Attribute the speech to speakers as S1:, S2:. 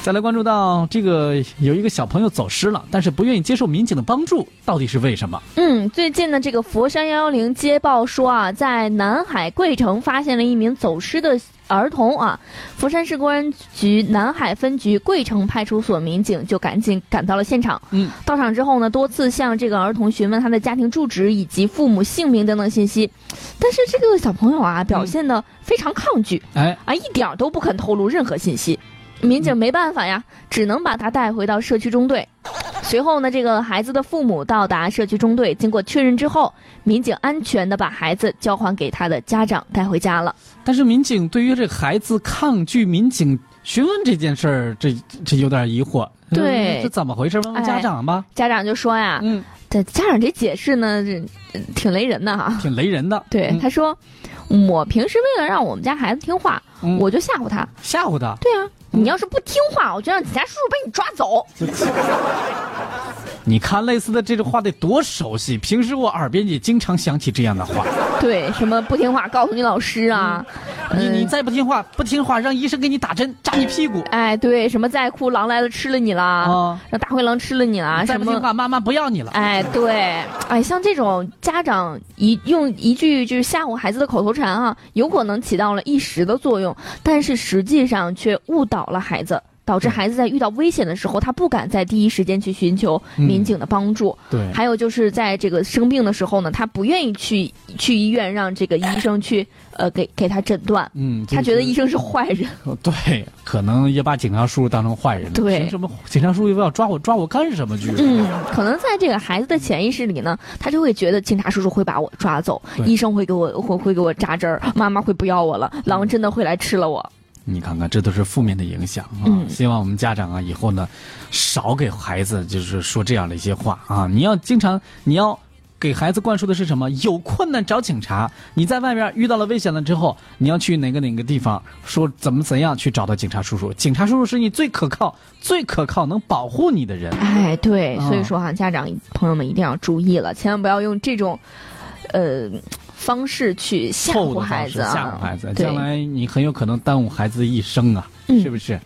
S1: 再来关注到这个，有一个小朋友走失了，但是不愿意接受民警的帮助，到底是为什么？
S2: 嗯，最近呢，这个佛山幺幺零接报说啊，在南海桂城发现了一名走失的儿童啊。佛山市公安局南海分局桂城派出所民警就赶紧赶到了现场。
S1: 嗯，
S2: 到场之后呢，多次向这个儿童询问他的家庭住址以及父母姓名等等信息，但是这个小朋友啊，表现的非常抗拒
S1: 哎，
S2: 啊，一点儿都不肯透露任何信息。
S1: 嗯
S2: 民警没办法呀，只能把他带回到社区中队。随后呢，这个孩子的父母到达社区中队，经过确认之后，民警安全的把孩子交还给他的家长带回家了。
S1: 但是民警对于这孩子抗拒民警询问这件事儿，这这有点疑惑。
S2: 对
S1: 嗯这怎么回事？问问家长吧。
S2: 家长就说呀，
S1: 嗯，
S2: 这家长这解释呢，这呃挺雷人的哈、
S1: 挺雷人的。
S2: 对，
S1: 嗯
S2: 他说，我平时为了让我们家孩子听话，
S1: 嗯
S2: 我就吓唬他。
S1: 吓唬他，
S2: 对啊，你要是不听话，我就让警察叔叔把你抓走。
S1: 你看类似的这种话得多熟悉，平时我耳边也经常响起这样的话。
S2: 对，什么不听话，告诉你老师啊。
S1: 你你
S2: 嗯
S1: 再不听话，不听话，让医生给你打针，扎你屁股。
S2: 哎，对，什么再哭狼来了吃了你啦，
S1: 啊
S2: 让大灰狼吃了你啦，
S1: 再
S2: 什
S1: 不听
S2: 么
S1: 话，妈妈不要你了。
S2: 哎，对，哎，像这种家长一用一句就是吓唬孩子的口头禅啊，有可能起到了一时的作用，但是实际上却误导了孩子，导致孩子在遇到危险的时候，他不敢在第一时间去寻求
S1: 嗯
S2: 民警的帮助。
S1: 对
S2: 还有就是在这个生病的时候呢，他不愿意去去医院让这个医生去呃给给他诊断，
S1: 嗯，
S2: 他觉得医
S1: 生
S2: 生是坏人。
S1: 哦对，可能也把警察叔叔当成坏人了。
S2: 对
S1: 凭什么警察叔叔又要抓我抓我干什么去？
S2: 嗯，可能在这个孩子的潜意识里呢，他就会觉得警察叔叔会把我抓走，
S1: 对嗯
S2: 医生会给我会会给我扎针儿，妈妈会不要我了，狼真的会来吃了我。
S1: 你看看，这都是负面的影响啊！
S2: 嗯
S1: 希望我们家长啊，以后呢，少给孩子就是说这样的一些话啊。你要经常，你要给孩子灌输的是什么？有困难找警察。你在外面遇到了危险了之后，你要去哪个哪个地方，说怎么怎样去找到警察叔叔。警察叔叔是你最可靠、最可靠能保护你的人。
S2: 哎，对，
S1: 哦
S2: 所以说哈、家长朋友们一定要注意了，千万不要用这种，呃，方式去吓
S1: 错误
S2: 唬
S1: 的方
S2: 孩
S1: 式
S2: 子啊，
S1: 吓唬孩子，
S2: 对
S1: 将来你很有可能耽误孩子一生啊，
S2: 嗯
S1: 是不是？